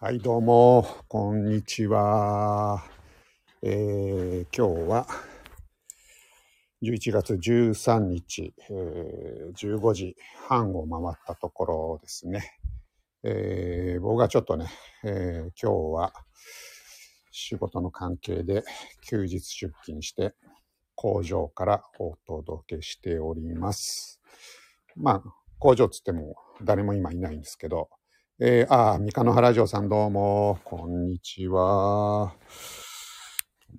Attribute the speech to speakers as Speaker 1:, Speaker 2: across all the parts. Speaker 1: はい、どうも、こんにちは。えー、今日は、11月13日、えー15時半を回ったところですね。えー僕はちょっとね、えー今日は仕事の関係で休日出勤して工場からお届けしております。まあ、工場つっても誰も今いないんですけど、えー、ああ、三河原城さんどうも、こんにちは。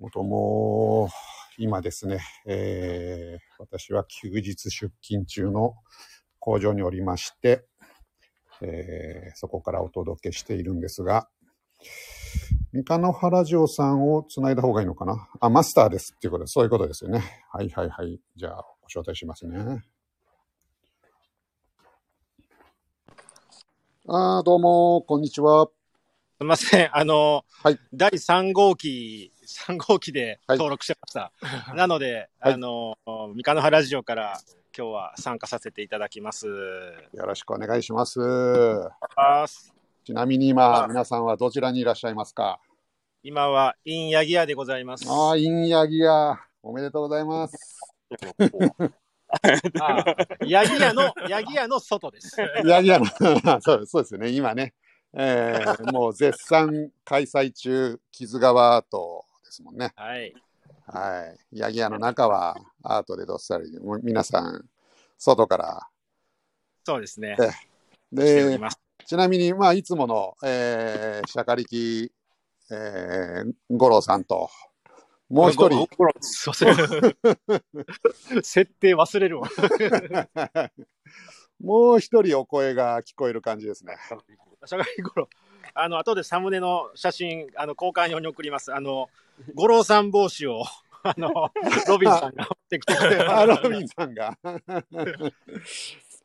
Speaker 1: どうもどうも、今ですね、えー私は休日出勤中の工場におりまして、えーそこからお届けしているんですが、三河原城さんをつないだ方がいいのかなあ、マスターですっていうことで、そういうことですよね。はいはいはい。じゃあ、ご招待しますね。ああ、どうも、こんにちは。
Speaker 2: すみません。あの、
Speaker 1: はい
Speaker 2: 第3号機、3号機で
Speaker 1: はい
Speaker 2: 登録してました。なので、
Speaker 1: はい
Speaker 2: あの、三河の原ラジオから今日は参加させていただきます。
Speaker 1: よろしくお願いします。ちなみに
Speaker 2: は
Speaker 1: 今、
Speaker 2: い
Speaker 1: 皆さんはどちらにいらっしゃいますか
Speaker 2: 今は、インヤギアでございます。
Speaker 1: ああ、インヤギや。おめでとうございます。
Speaker 2: あーヤギアの、ヤギアの外です。
Speaker 1: いやいや、 そうそうですよね、今ね、えーもう絶賛開催中、木津川アートですもんね。
Speaker 2: はい。
Speaker 1: はい。ヤギ屋の中はアートでどっさり、もう皆さん、外から。
Speaker 2: そうですね。
Speaker 1: え
Speaker 2: しており
Speaker 1: で、
Speaker 2: ます。
Speaker 1: ちなみに、まあ、いつもの、えー、シャカリキ、えー、五郎さんと、もう一人、
Speaker 2: ご。ごすいません設定忘れるわ。
Speaker 1: もう一人お声が聞こえる感じですね。
Speaker 2: 社会頃あの後でサムネの写真あの交換用に送りますあの五郎さん帽子を あのロビンさんが持ってき てくれ
Speaker 1: あ、ロビンさんが。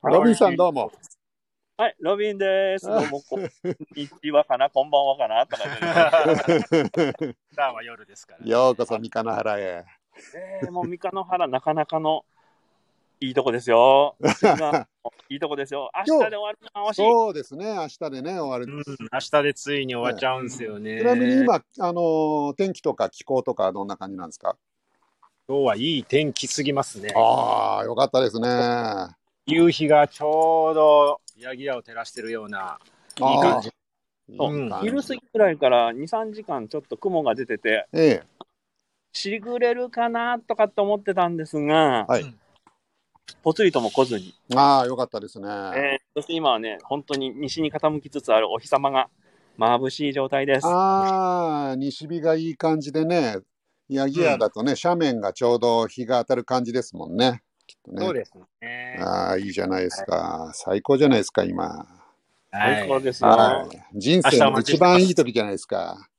Speaker 1: ロビンさんどうも。
Speaker 3: はい、ロビンです。どうも、こんにちはかな、こんばんはかな、とか ね。
Speaker 2: たは夜ですか ら
Speaker 1: ようこそ三河の原へ。
Speaker 3: えー、もう、三河の原、なかなかのいいとこですよ。今いいとこで すよ。明日で終わるな、惜しい。
Speaker 1: そうですね、明日でね、終わ
Speaker 2: う
Speaker 1: る。
Speaker 2: ん、明日でついに終わっちゃうんですよね、
Speaker 1: ちなみに今、あのー天気とか気候とかどんな感じなんですか
Speaker 2: 今日はいい天気すぎますね
Speaker 1: ああ、よかったですね。あ
Speaker 2: 夕日がちょうどヤギ屋を照らしてるような
Speaker 1: ー
Speaker 2: いい感じ
Speaker 3: そう
Speaker 1: いい感じ
Speaker 3: 昼過ぎくらいから2、3時間ちょっと雲が出てて、
Speaker 1: ええ。
Speaker 3: しぐれるかなとかって思ってたんですが、
Speaker 1: はい
Speaker 3: ぽつりとも来ずに、
Speaker 1: ああ、よかったですね。
Speaker 3: えーそして今はね、本当に西に傾きつつあるお日様が眩しい状態です。
Speaker 1: ああ、西日がいい感じでね、ヤギ屋だとね、斜面がちょうど日が当たる感じですもんね。きっとね。
Speaker 2: そうですね
Speaker 1: ああ、いいじゃないですか。最高じゃないですか、今。
Speaker 3: 最高ですよ。
Speaker 1: はい。人生
Speaker 2: 明日お
Speaker 1: の
Speaker 2: 待ち
Speaker 1: 一
Speaker 2: してます
Speaker 1: 番いい時じゃないですか。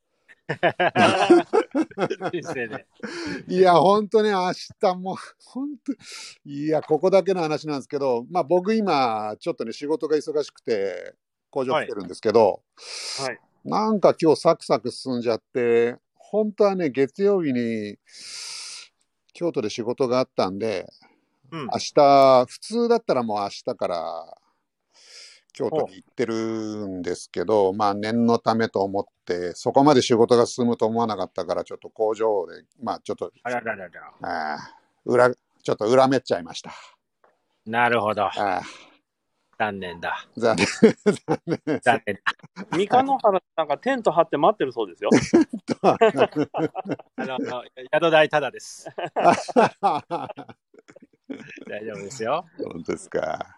Speaker 2: 人生で
Speaker 1: いや、本当ね、明日も、 本当、いや、ここだけの話なんですけど、まあ僕今、ちょっとね、仕事が忙しくて、工場来てるんですけど、
Speaker 3: はい
Speaker 1: なんか今日サクサク進んじゃって、本当はね、月曜日に、京都で仕事があったんで、
Speaker 2: うん
Speaker 1: 明日、普通だったらもう明日から、京都に行ってるんですけど、まあ念のためと思って、そこまで仕事が進むと思わなかったから、ちょっと工場で、まあちょっと
Speaker 2: あらららら
Speaker 1: ああ、裏、ちょっと裏めっちゃいました。
Speaker 2: なるほど
Speaker 1: ああ、
Speaker 2: 残念だ
Speaker 1: 残念。残念。
Speaker 2: 残念
Speaker 3: 三河の原なんかテント張って待ってるそうですよ。
Speaker 2: あの、宿代ただです。大丈夫ですよ。
Speaker 1: 本当ですか。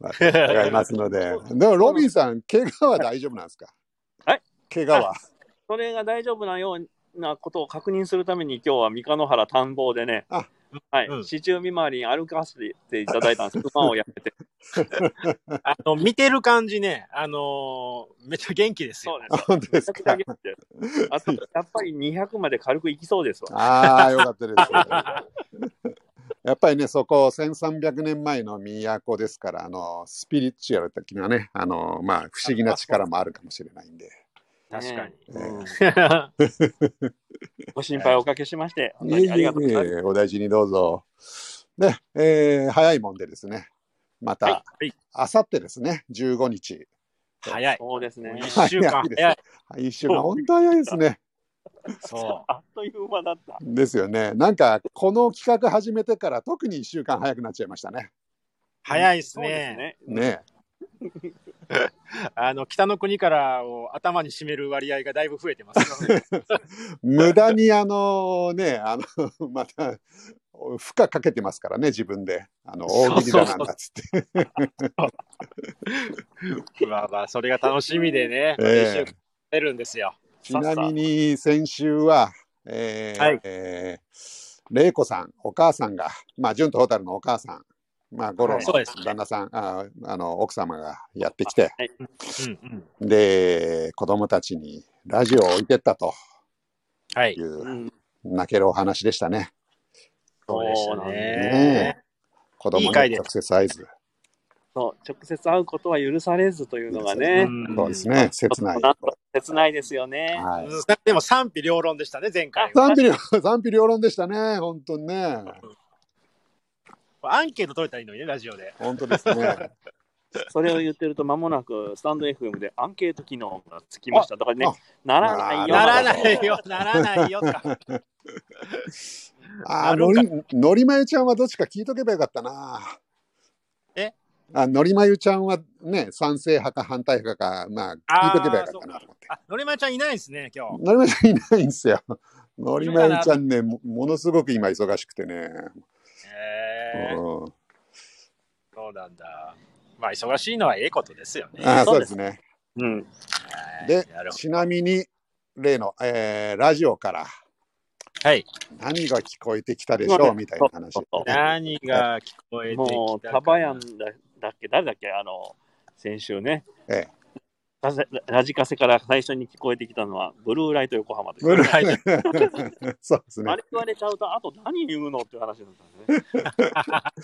Speaker 1: まあ、違いますので。でも、ロビンさん、怪我は大丈夫なんですか
Speaker 3: はい
Speaker 1: 怪我は。
Speaker 3: それが大丈夫なようなことを確認するために今日は三河の原田んぼでね
Speaker 1: あ、
Speaker 3: はい、
Speaker 2: うん
Speaker 3: 市中見回りに歩かせていただいたんです。馬をやめて。
Speaker 2: あの、見てる感じね、あのーめっちゃ元気です
Speaker 3: そう
Speaker 2: よ。
Speaker 3: です。
Speaker 1: 本当で
Speaker 3: め
Speaker 1: す
Speaker 3: ちゃくちゃ
Speaker 1: か
Speaker 3: 元気ですあと、やっぱり200まで軽く行きそうですわ。
Speaker 1: ああ、よかったです。やっぱりね、そこ、1300年前の都ですから、あの、スピリチュアル的なね、あの、まあ、不思議な力もあるかもしれないんで。
Speaker 2: 確かに。
Speaker 3: うん
Speaker 2: あ
Speaker 3: ご心配おかけしまして、本
Speaker 1: い
Speaker 3: 当
Speaker 1: えい
Speaker 3: にありがとうございま
Speaker 1: え
Speaker 3: す。
Speaker 1: いえ、お大事にどうぞ。ね、えー早いもんでですね、また、
Speaker 2: はい
Speaker 1: あさってですね、15日、
Speaker 2: 早い。
Speaker 3: そうですね。
Speaker 2: 一週間
Speaker 1: 早いです
Speaker 2: 早い。
Speaker 1: 一週間、本当早いですね。
Speaker 2: そ
Speaker 3: あっという間だった。
Speaker 1: ですよね。なんか、この企画始めてから特に一週間早くなっちゃいましたね。
Speaker 2: 早いです
Speaker 3: そうです
Speaker 2: ね。
Speaker 3: ね。
Speaker 1: ね
Speaker 2: あの、北の国からを頭に占める割合がだいぶ増えてます。
Speaker 1: え無駄にあのね、あの、 また、負荷かけてますからね、自分で。あの、大喜利だなんだっつって。
Speaker 2: まあまあ、それが楽しみでね、
Speaker 1: ええ
Speaker 2: 一週間出るんですよ。
Speaker 1: ちなみに先週は、えー
Speaker 2: はい
Speaker 1: えー玲子さん、お母さんが、まあ、純と蛍のお母さん、まあ、五郎
Speaker 3: はい
Speaker 1: の
Speaker 2: そうですね
Speaker 1: 旦那さん、ああの奥様がやってきて、
Speaker 2: うんうん。
Speaker 1: で、子供たちにラジオを置いてったと
Speaker 2: はい
Speaker 1: い。
Speaker 3: う
Speaker 1: う、
Speaker 3: ん
Speaker 1: 泣けるお話でしたね。
Speaker 2: そうでしたね
Speaker 1: ね。子供
Speaker 2: いい
Speaker 1: の
Speaker 2: 回です
Speaker 1: 直接合図。
Speaker 3: そう直接会うことは許されずというのが
Speaker 1: い
Speaker 3: ね、
Speaker 2: ん
Speaker 1: そうですね、切ない。
Speaker 3: なんと切ないですよね。
Speaker 1: はい
Speaker 2: うんでも賛否両論でしたね、前回は。
Speaker 1: 賛否両 賛否両論でしたね、本当にね。
Speaker 2: アンケート取れたらいいのにね、ラジオで。
Speaker 1: 本当ですね。
Speaker 3: それを言ってると、間もなくスタンド FM でアンケート機能がつきました。だからね
Speaker 1: あ、
Speaker 3: ならないよ。
Speaker 2: な
Speaker 1: な
Speaker 2: ら
Speaker 1: る
Speaker 2: な
Speaker 1: ほど
Speaker 2: いよ、ならないよとか。
Speaker 1: あー
Speaker 2: なるんか
Speaker 1: のりのりまゆちゃんはどっちか聞いとけばよかったな。
Speaker 2: え
Speaker 1: あのりまゆちゃんはね、賛成派か反対派か、まあ、聞いとけばよかったなと思って。
Speaker 2: あ、のりまちゃんいないですね、今日。
Speaker 1: のりまゆちゃんいないんですよ。のりまゆちゃんね、もものすごく今忙しくてね。
Speaker 2: えー、
Speaker 1: うん
Speaker 2: そうなんだ。まあ、忙しいのはええことですよね。
Speaker 1: あーそ
Speaker 3: そ
Speaker 1: うう
Speaker 3: で
Speaker 1: ですすね。
Speaker 3: うん、
Speaker 2: はい
Speaker 1: で
Speaker 2: なる、ほ
Speaker 1: ちなみに、例の、えーラジオから
Speaker 2: どはい。
Speaker 1: 何が聞こえてきたでしょうみたいな話
Speaker 3: そ。うそう
Speaker 2: 何が聞こえてきたかな
Speaker 3: もう、タバヤンだだっけ、誰だっけ、あの、先週ね。
Speaker 1: ええ
Speaker 3: ラジラジカセから最初に聞こえてきたのは、ブルーライト横浜です、
Speaker 1: ブル
Speaker 3: ね。
Speaker 1: ーライト そうですね
Speaker 3: あ。れ言われちゃうと、あと何言うのっていう話なんだね。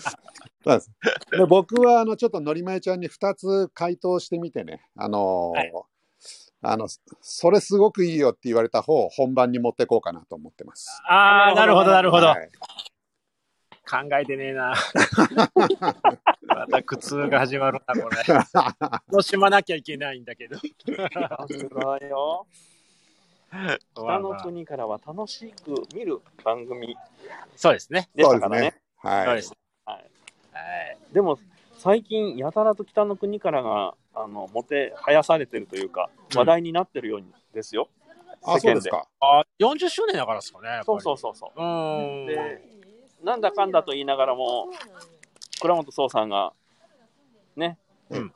Speaker 1: そうですで僕はあのちょっとのりまえちゃんに2つ回答してみてね、あのー
Speaker 2: はい
Speaker 1: あのそれすごくいいよって言われた方を本番に持ってこうかなと思ってます。
Speaker 2: ああ、なるほど、なるほど。
Speaker 1: はい
Speaker 2: 考えてね えな。また苦痛が始まるな、これ。 楽しまなきゃいけないんだけど。
Speaker 3: さすがよ。
Speaker 2: ま
Speaker 3: 北
Speaker 2: あ
Speaker 3: の
Speaker 2: まあ
Speaker 3: 国からは楽しく見る番組
Speaker 2: そうですね。
Speaker 3: でしたからね。
Speaker 1: はい
Speaker 2: そうです。
Speaker 3: はい
Speaker 2: はい。
Speaker 3: でも最近やたらと北の国からがあのもてはやされてるというか
Speaker 2: うん
Speaker 3: 話題になってるようにですよ、
Speaker 1: あ、そうですか。
Speaker 2: あ、40周年だからですかね。やっぱり。
Speaker 3: そうそうそうそう
Speaker 2: う
Speaker 3: う
Speaker 2: ーん。
Speaker 3: でなんだかんだと言いながらも倉本壮さんがね、
Speaker 2: うん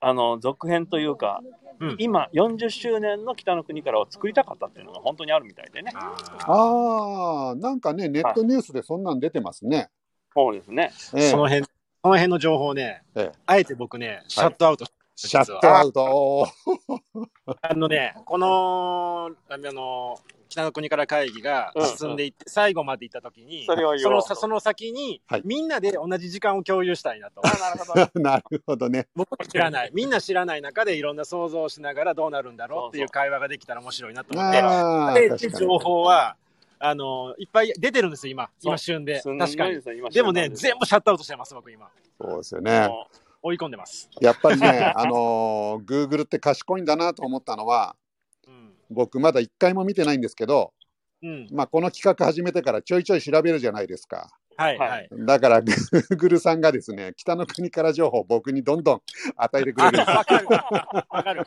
Speaker 3: あの続編というか、
Speaker 2: うん
Speaker 3: 今40周年の北の国からを作りたかったっていうのが本当にあるみたいでね
Speaker 2: あ
Speaker 1: ああ、なんかね、ネットニュースでそんなん出てますね。
Speaker 3: そうですね
Speaker 2: ー
Speaker 1: ええ
Speaker 2: その辺、その辺の情報ね
Speaker 1: ええ、
Speaker 2: あえて僕ね、シャットアウト。
Speaker 1: シャットアウト。 おー
Speaker 2: あのね、この、あの、北の国から会議が進んでいって、最後まで行ったときに、
Speaker 3: それを言
Speaker 2: そ
Speaker 3: お
Speaker 2: の
Speaker 3: う
Speaker 2: さその先に、
Speaker 1: はい
Speaker 2: みんなで同じ時間を共有したいなと。
Speaker 3: あなるほど
Speaker 1: なるほどね。
Speaker 2: 僕も知らない。みんな知らない中でいろんな想像をしながらどうなるんだろうっていう会話ができたら面 白いなと思って。
Speaker 1: ああ、
Speaker 2: で
Speaker 1: 確かに
Speaker 2: 情報は、あの、いっぱい出てるんですよ、今。今旬で。
Speaker 3: すんごい
Speaker 2: 確かに。
Speaker 3: すよ今
Speaker 2: でもね、全部シャットアウトしてます、僕今。
Speaker 1: そうですよ
Speaker 3: 部
Speaker 1: ね。
Speaker 2: 追い込んでます。
Speaker 1: やっぱりね、あのー、Google って賢いんだなと思ったのは、
Speaker 2: うん。
Speaker 1: 僕まだ1回も見てないんですけど、
Speaker 2: うん。
Speaker 1: まあ、この企画始めてからちょいちょい調べるじゃないですか。
Speaker 2: はい、
Speaker 3: はい
Speaker 2: はい。
Speaker 1: だから、グーグルさんがですね、北の国から情報を僕にどんどん与えてくれるんです。
Speaker 2: わかる。わかる。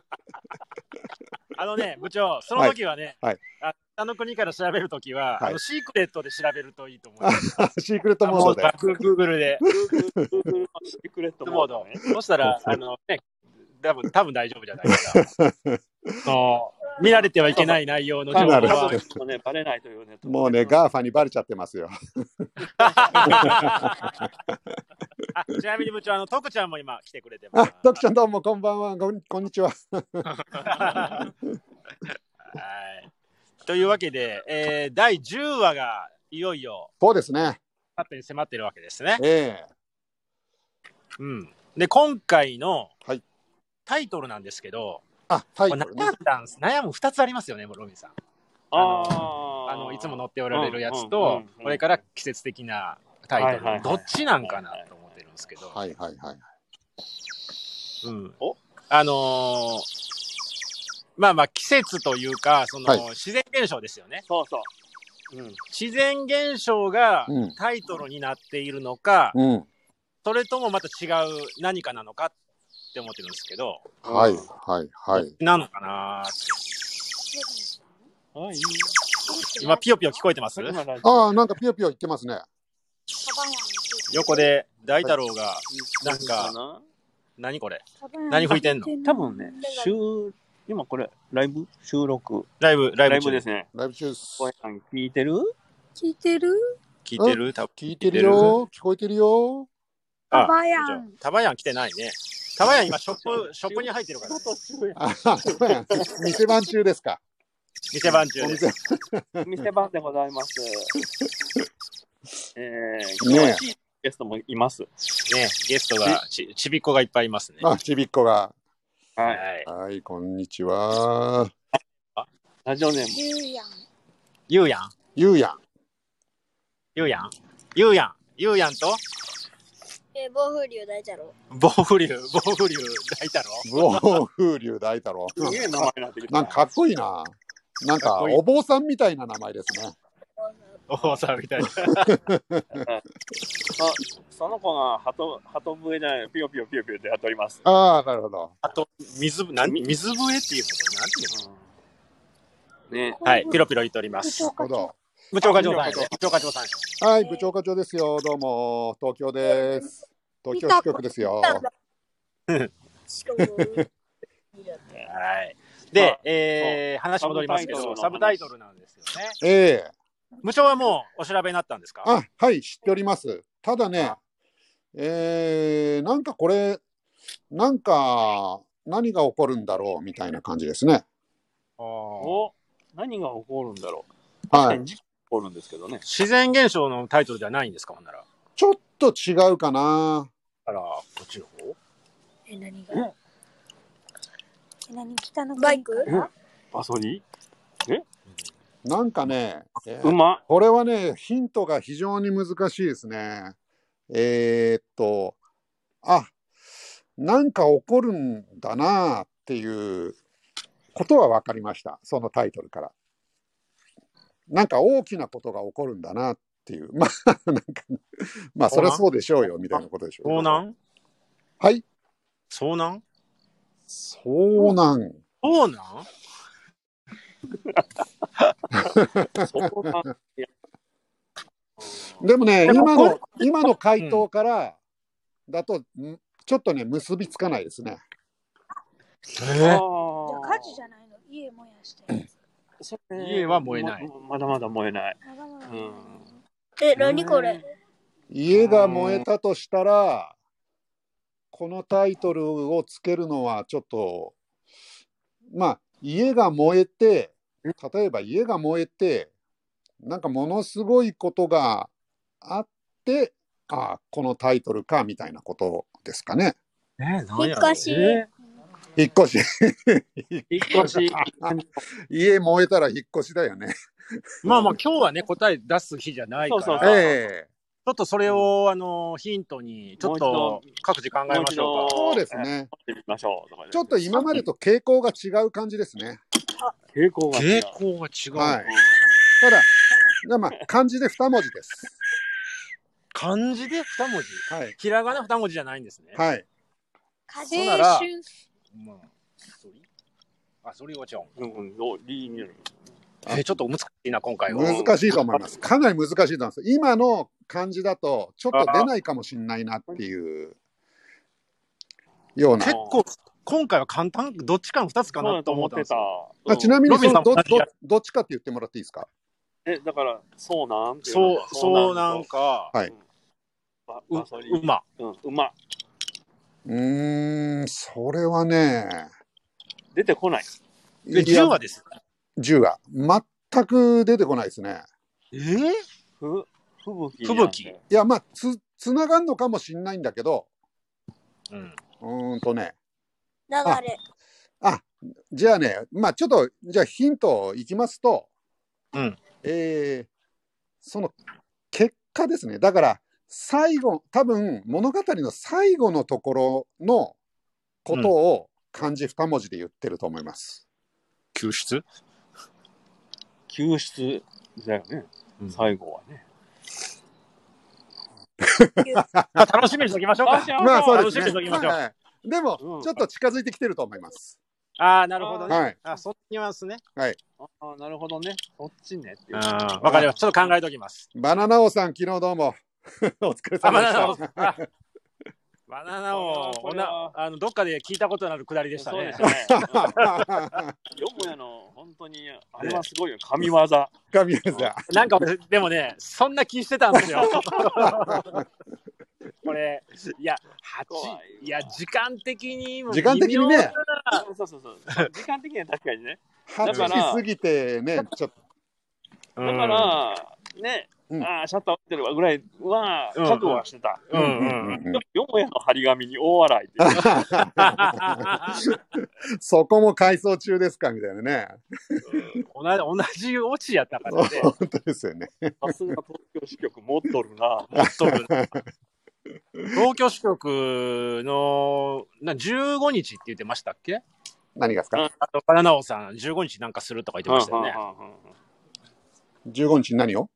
Speaker 2: あ のね、部長、その時はね、
Speaker 1: はい
Speaker 2: あ北の国から調べるときは、
Speaker 1: はい
Speaker 2: あのシークレットで調べるといいと思 います。
Speaker 1: シークレットモード で。
Speaker 2: バックグーグルで。
Speaker 3: Google のシークレットモードね
Speaker 2: そしたら、あのね、多分多分大丈夫じゃないですか。 そう見られてはいけない内容の情報
Speaker 1: なるほ
Speaker 2: は
Speaker 1: ど
Speaker 3: 家族もね、バレないというね。
Speaker 1: もうね、ガーファにバレちゃってますよ。
Speaker 2: あちなみに部長、あの、徳ちゃんも今来てくれてま
Speaker 1: あ
Speaker 2: す。、
Speaker 1: 徳ちゃんどうもこんばんは。こんこんにちは。
Speaker 2: はい。というわけで、えー第10話がいよいよ
Speaker 1: そうですね。
Speaker 2: 勝手に迫ってるわけですね。
Speaker 1: ええ
Speaker 2: うん。で、今回の
Speaker 1: はい
Speaker 2: タイトルなんですけど、
Speaker 1: あ、タイ
Speaker 2: こ
Speaker 1: ト
Speaker 2: れ
Speaker 1: ルね
Speaker 2: 悩んだんす悩む2つありますよね、ロミンさん。
Speaker 3: あー
Speaker 2: あのいつも乗っておられるやつ
Speaker 3: うんうんうん
Speaker 2: と
Speaker 3: うん、
Speaker 2: これから季節的なタイト
Speaker 3: はいは
Speaker 2: ル、
Speaker 3: いはい
Speaker 2: どっちなんかなと思ってるんですけど、
Speaker 1: はいはいはい。
Speaker 2: うん
Speaker 3: お
Speaker 2: あのーまあまあ、季節というか、その、
Speaker 1: はい
Speaker 2: 自然現象ですよね。
Speaker 3: そうそう。うん。
Speaker 2: 自然現象が
Speaker 1: うん
Speaker 2: タイトルになっているのか、
Speaker 1: うん。
Speaker 2: それともまた違う何かなのかって思ってるんですけど、
Speaker 1: はい、はい、はい。
Speaker 2: なのかな今、ピヨピヨ聞こえてます
Speaker 3: 今ラジオ
Speaker 1: ああ、なんかピヨピヨ言ってますね。
Speaker 2: 横で大太郎が、なん
Speaker 3: か
Speaker 2: か、
Speaker 3: な
Speaker 2: 何これ何
Speaker 4: 何
Speaker 2: 吹
Speaker 4: 吹
Speaker 2: いて
Speaker 4: いて
Speaker 2: ん
Speaker 4: ん
Speaker 2: の
Speaker 4: の
Speaker 3: 多分ね、収、今これ、ライブ収録。
Speaker 2: ライブ、ライ
Speaker 3: ラ
Speaker 2: ブ
Speaker 3: イブ
Speaker 2: 中
Speaker 3: ですね。
Speaker 1: ライブ中、
Speaker 3: 小屋さん聞いてる
Speaker 4: 聞いてる
Speaker 2: 聞いてるた
Speaker 1: 聞いてるよ、聞こえてるよ。
Speaker 2: あ
Speaker 4: タバヤ
Speaker 2: じゃあ
Speaker 4: ン。
Speaker 2: タバヤン来てないね。タバヤン今、ショッ プ、ショップに入ってるから、
Speaker 3: 仕事中や
Speaker 1: あそうやん。店番中ですか。
Speaker 2: 店番中
Speaker 1: お
Speaker 2: で。
Speaker 1: 店
Speaker 3: 店番でございます。えー、
Speaker 1: ねえ
Speaker 3: 詳しいゲストもいます。
Speaker 2: ね、ゲストが、ちちびっこがいっぱいいますね。
Speaker 1: あ、ちびっこが。
Speaker 3: はい。
Speaker 2: はい。
Speaker 1: はい、こんにちは。
Speaker 3: ラジオネーム、
Speaker 4: ユウヤン。
Speaker 2: ゆうや
Speaker 1: ゆ
Speaker 2: ん
Speaker 1: うやん。
Speaker 2: ゆうやんゆうやんゆうやんと
Speaker 4: え、暴風竜大太郎。
Speaker 2: 暴風竜、暴風竜大太郎
Speaker 1: 暴風竜大太 郎。
Speaker 3: すげえ名前になってきた。
Speaker 1: なんかかっこいいな。なん
Speaker 2: かっ
Speaker 1: か
Speaker 2: こいい
Speaker 1: お坊さんみたいな名前ですね。
Speaker 2: おさみたいな。
Speaker 3: その子が鳩、鳩笛じゃない、ピヨピヨピヨピヨってやっております。
Speaker 1: ああ、なるほど。
Speaker 2: あと、水、なん水笛っていうことなんていう
Speaker 3: うんね
Speaker 2: のはい、ピロピロ言っております。
Speaker 1: なるほど。
Speaker 2: 部長課長さんやね。部長課長さんやね。
Speaker 1: はい、部長課長ですよ。どうも、東京です。東京支局ですよ。
Speaker 4: しかも、
Speaker 2: はい。で、えー、話戻りますけど、サ
Speaker 3: サ
Speaker 2: ブ
Speaker 3: ブ
Speaker 2: タ
Speaker 3: タ
Speaker 2: イ
Speaker 3: イ
Speaker 2: ト
Speaker 3: ト
Speaker 2: ルなんですよね。
Speaker 1: ええ
Speaker 2: 部長はもうお調べになったんですか
Speaker 1: あ、はい、知っております。ただね、えー、なんかこれ、なんか何が起こるんだろうみたいな感じですね。
Speaker 2: お
Speaker 3: お何が起こるんだろう。
Speaker 1: は
Speaker 3: 確か
Speaker 1: い。
Speaker 3: に事故起こるんですけどね。
Speaker 2: 自然現象のタイトルではないんですかほんなら。
Speaker 1: ちょっと違うかな。
Speaker 2: あら、こっちの方
Speaker 4: え、何
Speaker 3: が
Speaker 4: がえ、何来たのバイク
Speaker 3: あ、そに
Speaker 1: なんかね、えー
Speaker 3: うま
Speaker 1: これはね、ヒントが非常に難しいですね。えーっと、あ、なんか起こるんだなっていうことは分かりました。そのタイトルから。なんか大きなことが起こるんだなっていう。 まあ、なんか、まあ、そりゃそうでしょうよ、みたいなことでしょう。
Speaker 2: 遭難
Speaker 1: はい。
Speaker 2: 遭難
Speaker 1: そうなん。
Speaker 2: 遭難
Speaker 3: い。そこがいや
Speaker 1: でもね、
Speaker 4: でも
Speaker 1: 今
Speaker 4: こ
Speaker 1: の、今の回答からだと、んちょっとね、結びつかないですね。
Speaker 2: え
Speaker 4: じゃあ火事じゃないの家燃やして。
Speaker 3: それ
Speaker 2: 家は燃えない
Speaker 3: ままだまだ燃えない。
Speaker 4: まだまだ
Speaker 3: うん
Speaker 4: え、何これ
Speaker 1: 家が燃えたとしたら、このタイトルをつけるのはちょっと、まあ、家が燃えて、例えば家が燃えて、なんかものすごいことがあって、あこのタイトルか、みたいなことですかね。
Speaker 2: え、何
Speaker 4: 引
Speaker 2: や
Speaker 4: っ
Speaker 2: ろ
Speaker 4: 越し。
Speaker 3: え
Speaker 1: 引っ越し。
Speaker 3: 引っ越し。
Speaker 1: 家燃えたら引っ越しだよね。
Speaker 2: まあまあ、今日はね、答え出す日じゃないから。
Speaker 3: そうそうそう
Speaker 1: ええ
Speaker 2: ちょっとそれを、あの、ヒントに、ちょっ
Speaker 3: も
Speaker 2: と
Speaker 3: う一
Speaker 2: 各自考えましょうか。
Speaker 1: そうですね。
Speaker 3: 行ってみましょうとかね。
Speaker 1: ちょっと今までと傾向が違う感じですね。
Speaker 3: 傾向が違う。
Speaker 2: 傾向が違う。
Speaker 1: はいただ、まあ、漢字で2文字です。
Speaker 2: 漢字で二文字。
Speaker 1: はい。
Speaker 2: ひらがな二文字じゃないんですね。
Speaker 1: はい。
Speaker 4: 風
Speaker 2: そうなら
Speaker 4: 春
Speaker 2: まあ、それあ、それはちゃん。
Speaker 3: うんうん、どう理になる。
Speaker 2: えーちょっと難しいな、今回は。
Speaker 1: 難しいと思います。かなり難しいと思います。今の漢字だと、ちょっと出ないかもしれないなっていうような
Speaker 2: 結。構、今回は簡単、どっちかの二つか
Speaker 3: そう
Speaker 2: な
Speaker 3: だ
Speaker 2: と
Speaker 3: と
Speaker 2: 思
Speaker 3: 思
Speaker 2: ったん
Speaker 3: ってて
Speaker 2: です
Speaker 3: た
Speaker 2: よ。。
Speaker 1: あちなみ
Speaker 2: ロ
Speaker 1: に
Speaker 2: ビン
Speaker 1: そ
Speaker 2: さん
Speaker 1: のど
Speaker 2: 同じ
Speaker 1: ど
Speaker 2: や
Speaker 1: どっちかって言ってもらっていいですか
Speaker 3: え、だから、そうなんってい
Speaker 2: そうう
Speaker 3: のが、
Speaker 2: そうなん。か、
Speaker 1: はい
Speaker 3: ば
Speaker 2: う
Speaker 3: ばそり
Speaker 2: うま。
Speaker 3: うん、うま。
Speaker 1: うーん、それはね、
Speaker 3: 出てこない。
Speaker 2: で、
Speaker 1: い
Speaker 2: 10
Speaker 1: や
Speaker 2: 話です。
Speaker 1: 10は全く出てこないですね。
Speaker 2: えー
Speaker 3: ふ、ふぶき。
Speaker 2: 吹雪
Speaker 1: いや、まあ、つ、つながんのかもしれないんだけど、
Speaker 2: うん。
Speaker 1: うーんとね、
Speaker 4: 流れ。
Speaker 1: じゃあね、まあちょっと、じゃあヒントいきますと、
Speaker 2: うん
Speaker 1: えーその結果ですね。だから、最後、多分物語の最後のところのことを漢字二文字で言ってると思います。
Speaker 2: 救出
Speaker 3: 救出だよね、
Speaker 2: うん
Speaker 3: 最後はね。
Speaker 2: あ楽しみにしておきましょうか。
Speaker 1: まあそうです
Speaker 2: 楽し
Speaker 1: ね。
Speaker 2: みにしておきましょう。
Speaker 1: はいでも、
Speaker 3: うん
Speaker 1: ちょっと近づいてきてると思います。
Speaker 2: ああ、なるほどね。
Speaker 1: はい。
Speaker 2: あ、そんなニュアンスね。
Speaker 3: ああ、なるほどね。そっちねっていう。
Speaker 2: あーわかりました。ちょっと考えておきます。
Speaker 1: バナナ王さん、昨日どうも。 お疲れ
Speaker 2: あ、バ
Speaker 1: 様でし
Speaker 2: ナナ
Speaker 1: た
Speaker 2: を。。あバナナを、
Speaker 3: こ
Speaker 2: お
Speaker 3: れは
Speaker 2: な、あの、どっかで聞いたことのあるくだりでした
Speaker 3: そうで
Speaker 2: ね
Speaker 3: す。ね。
Speaker 1: ナ
Speaker 3: よもやの、本当に、あれはすごいよ。神業。そ
Speaker 1: 神谷さん。
Speaker 2: なんか俺、でもね、そんな気してた んですよ。これ、いや、
Speaker 3: 怖いわ
Speaker 2: 8、いや、時間的にも
Speaker 1: 時間的にね
Speaker 2: 微妙だな
Speaker 3: うそうそうそう。時間的には確かにね。
Speaker 1: 8
Speaker 3: だから
Speaker 1: 時過ぎてね、ちょっ
Speaker 3: だから、ね、
Speaker 1: うん
Speaker 3: ああ、シャッター打ってるわぐらいは、
Speaker 2: うん
Speaker 3: 覚悟はしてた。
Speaker 2: う
Speaker 1: と。
Speaker 2: んうん うん。
Speaker 1: うんうん
Speaker 3: よもやの張り紙に大笑いっていう。
Speaker 1: そこも改装中ですかみたいなね。
Speaker 2: 同じ同じオチやったからね。
Speaker 1: 本当ですよね。
Speaker 3: さすが東京支局持っとるな。
Speaker 2: 東京支局のな15日って言ってましたっけ
Speaker 1: 何がですか
Speaker 2: あのバナナ王さん15日なんかするとか言ってましたよね。
Speaker 3: うんうんうんうん
Speaker 1: ?15 日に何を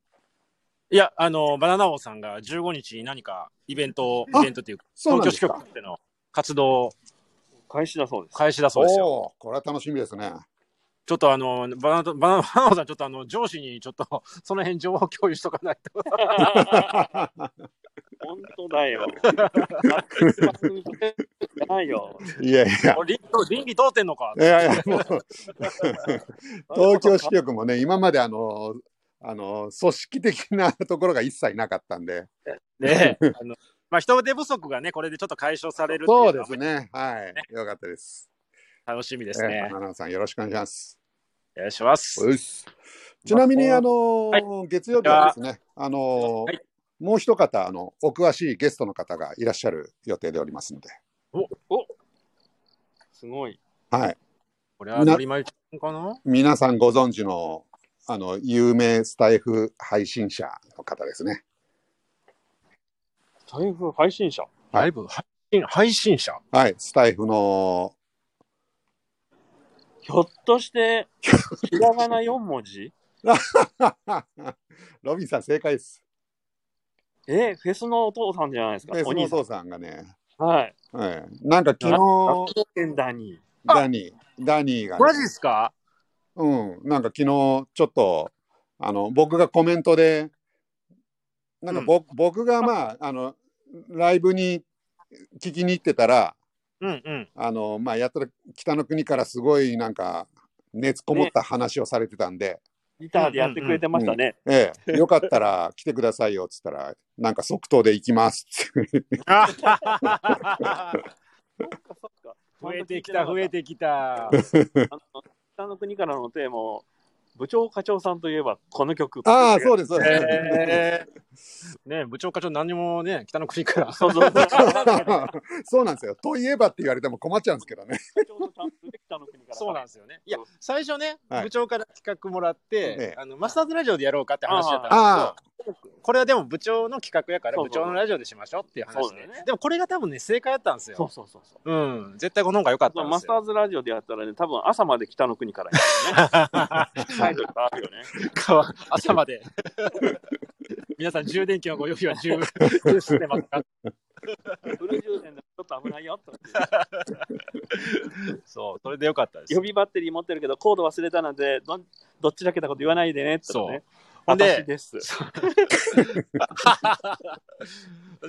Speaker 2: いや、あの、バナナ王さんが15日に何かイベントを、
Speaker 1: あ
Speaker 2: イベントっていうか、
Speaker 1: そう
Speaker 2: 東
Speaker 1: なんです
Speaker 2: 京支
Speaker 1: か
Speaker 2: 局での活動
Speaker 3: 開始だそうです。
Speaker 2: 開始だそうですよ。
Speaker 1: おおーこれは楽しみですね。
Speaker 2: ちょっとあの、バナナバナバナナ王さん、ちょっとあの、上司にちょっと その辺情報共有しとかないと。
Speaker 3: 本当だ よ。じゃないよ。
Speaker 1: いやいや。
Speaker 2: 倫倫理通ってんのか
Speaker 1: い。やいや、もう、東京支局もね、今まであの、あの、組織的なところが一切なかったんで。
Speaker 2: ねえあのまあ、人手不足がね、これでちょっと解消されるってい
Speaker 1: そうう
Speaker 2: の
Speaker 1: で
Speaker 2: は
Speaker 1: すね。はい。よかったです。
Speaker 2: 楽しみです
Speaker 1: え
Speaker 2: ね
Speaker 1: ー。バナナさん、よろしくお願いします。
Speaker 2: お願いします。
Speaker 1: うっすちなみに、あの
Speaker 2: はい
Speaker 1: 月曜日はですね、あの
Speaker 2: はい
Speaker 1: もう一方、あの、お詳しいゲストの方がいらっしゃる予定でおりますので。
Speaker 3: すごい。
Speaker 1: はい。
Speaker 2: これはのりまゆちゃんかな
Speaker 1: 皆さんご存知の、あの、有名スタイフ配信者の方ですね。
Speaker 3: 台風配信者。
Speaker 1: はい
Speaker 2: ライブ配信配信者
Speaker 1: はい。スタイフの、
Speaker 3: ひょっとして、ひらがな4文字
Speaker 1: ロビンさん正解です。
Speaker 3: え、フェスのお父さんじゃないですか。
Speaker 1: ベー
Speaker 3: お
Speaker 1: スの
Speaker 3: 兄
Speaker 1: お
Speaker 3: さん。
Speaker 1: 父さんがね、
Speaker 3: はい。
Speaker 1: はい、なんか昨
Speaker 3: 学
Speaker 1: 日、
Speaker 3: 校店だに。
Speaker 1: ダニー、ダニーが、ね、
Speaker 2: マジですか
Speaker 1: うん、なんか昨日ちょっと、あの、僕がコメントで、なんか僕,、僕がまあ、あの、ライブに聞きに行ってたら、
Speaker 2: う んうん。
Speaker 1: あの、まあ、やったら北の国からすごいなんか、熱こもった話をされてたんで、
Speaker 3: ギターでやってくれてましたね。
Speaker 1: え え、よかったら来てくださいよっつったら、なんか即答で行きますって。
Speaker 3: そっかそっか。
Speaker 2: 増 えてきた、増えてきた。
Speaker 3: あの北の国からのテーマを、部長課長さんといえばこの曲。
Speaker 1: あ あ、そうです、そうです。
Speaker 2: えー、ね部長課長何にもね、北の国から。
Speaker 3: そうそうそう。
Speaker 1: そうなんですよ。といえばって言われても困っちゃうんですけど ね。
Speaker 3: ちょうどちゃんとできたの国から。
Speaker 2: そうなん
Speaker 3: ん
Speaker 2: ですよね。いや、最初ね、
Speaker 1: はい
Speaker 2: 部長から企画もらって、
Speaker 1: ええ
Speaker 2: あの、マスターズラジオでやろうかって話だったん
Speaker 1: あ
Speaker 2: ですけど、これはでも部長の企画やから、
Speaker 3: そう
Speaker 2: 部
Speaker 3: そう
Speaker 2: 長のラジオでしましょうっていう話
Speaker 3: そう
Speaker 2: で、
Speaker 3: だよね
Speaker 2: でもこれが多分ね、正解だったんです
Speaker 3: そう
Speaker 2: よ。
Speaker 3: そうそうそう。
Speaker 2: うん、絶対この方が良かったんで
Speaker 3: マス
Speaker 2: す
Speaker 3: タ
Speaker 2: よ。
Speaker 3: ーズラジオでやったらね、多分朝まで北の国からや るね。タイトル変わるよね。
Speaker 2: 朝ま で。皆さん、充電器のご用意は十分してますか
Speaker 3: フル充電だとちょっと危ないよって。
Speaker 2: そう、それで良かったです
Speaker 3: 予。備バッテリー持ってるけど、コード忘れたなんで、どんどっちだけたこと言わないでねって、ね。
Speaker 2: そう。ほんで
Speaker 3: 私 です。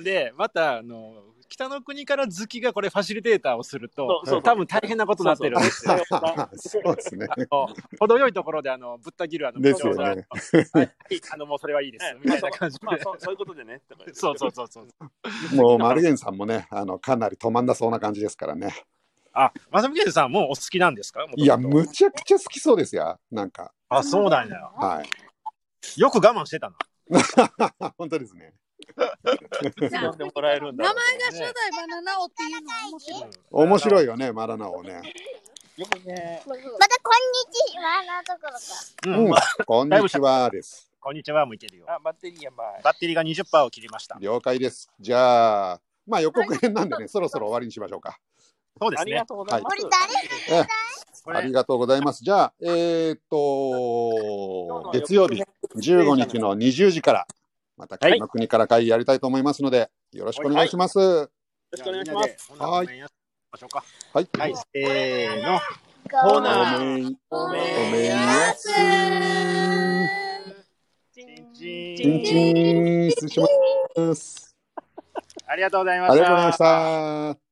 Speaker 2: で、また、あの、北の国から好きがこれ、ファシリテーターをすると、
Speaker 3: そうそう
Speaker 2: 多分大変なことになってるんですよ。
Speaker 1: そうですね。
Speaker 2: 程よいところで、あの、ぶった切る、あの、
Speaker 1: ですよ
Speaker 2: 部長が
Speaker 1: ね
Speaker 2: はいはいあの、もうそれはいいです。みたいな感じで。
Speaker 3: まあ、そうそういうことでね。とか言って
Speaker 2: そうそうそうそう。
Speaker 1: もう、マルゲンさんもね、あの、かなり止まんなそうな感じですからね。
Speaker 2: あ、まさみけんさんもお好きなんですか
Speaker 1: いや、むちゃくちゃ好きそうですよ。なんか。
Speaker 2: あ、そうなんや。
Speaker 1: はい。
Speaker 2: よく我慢してたな。
Speaker 1: 本当ですね。
Speaker 3: 呼んでもらえるんだ。
Speaker 5: 名前が初代バナナ王っていうのは面白い。
Speaker 1: 面白
Speaker 2: い。
Speaker 1: いよね、マラナをね。
Speaker 3: よくね、
Speaker 5: ま
Speaker 4: またこんにちはのところか。
Speaker 2: うん
Speaker 1: うん。こんにちはです。
Speaker 2: こんにちはもいけるよ。
Speaker 3: あ、バッテリーやばい。
Speaker 2: バッテリーが20%を切りました。
Speaker 1: 了解です。じゃあ、まあ予告編なんでね、そろそろ終わりにしましょうか。
Speaker 2: そうで
Speaker 3: あ
Speaker 2: す
Speaker 3: り
Speaker 2: ね
Speaker 3: が。とうございます。
Speaker 4: これ誰
Speaker 1: え
Speaker 2: こ
Speaker 1: あ
Speaker 2: れ
Speaker 1: りがとうございます。じゃあ、えーっと、月曜日15
Speaker 3: 15
Speaker 1: 日の20時から、また北の国から会議やりたいと思いますので、よろしくお願いします。
Speaker 3: ろしくお願いします。
Speaker 2: じゃあみんなでこんなことやりましょうか。
Speaker 1: はい。
Speaker 2: はい、せーの。
Speaker 1: ご
Speaker 3: ほな
Speaker 1: めん、
Speaker 5: ご
Speaker 1: ご
Speaker 5: め
Speaker 1: めんやす。
Speaker 2: チンチン
Speaker 1: チンチン、失礼します。
Speaker 2: ありがとうございま
Speaker 1: あ
Speaker 2: し
Speaker 1: りがとうござい
Speaker 2: た
Speaker 1: まし。た。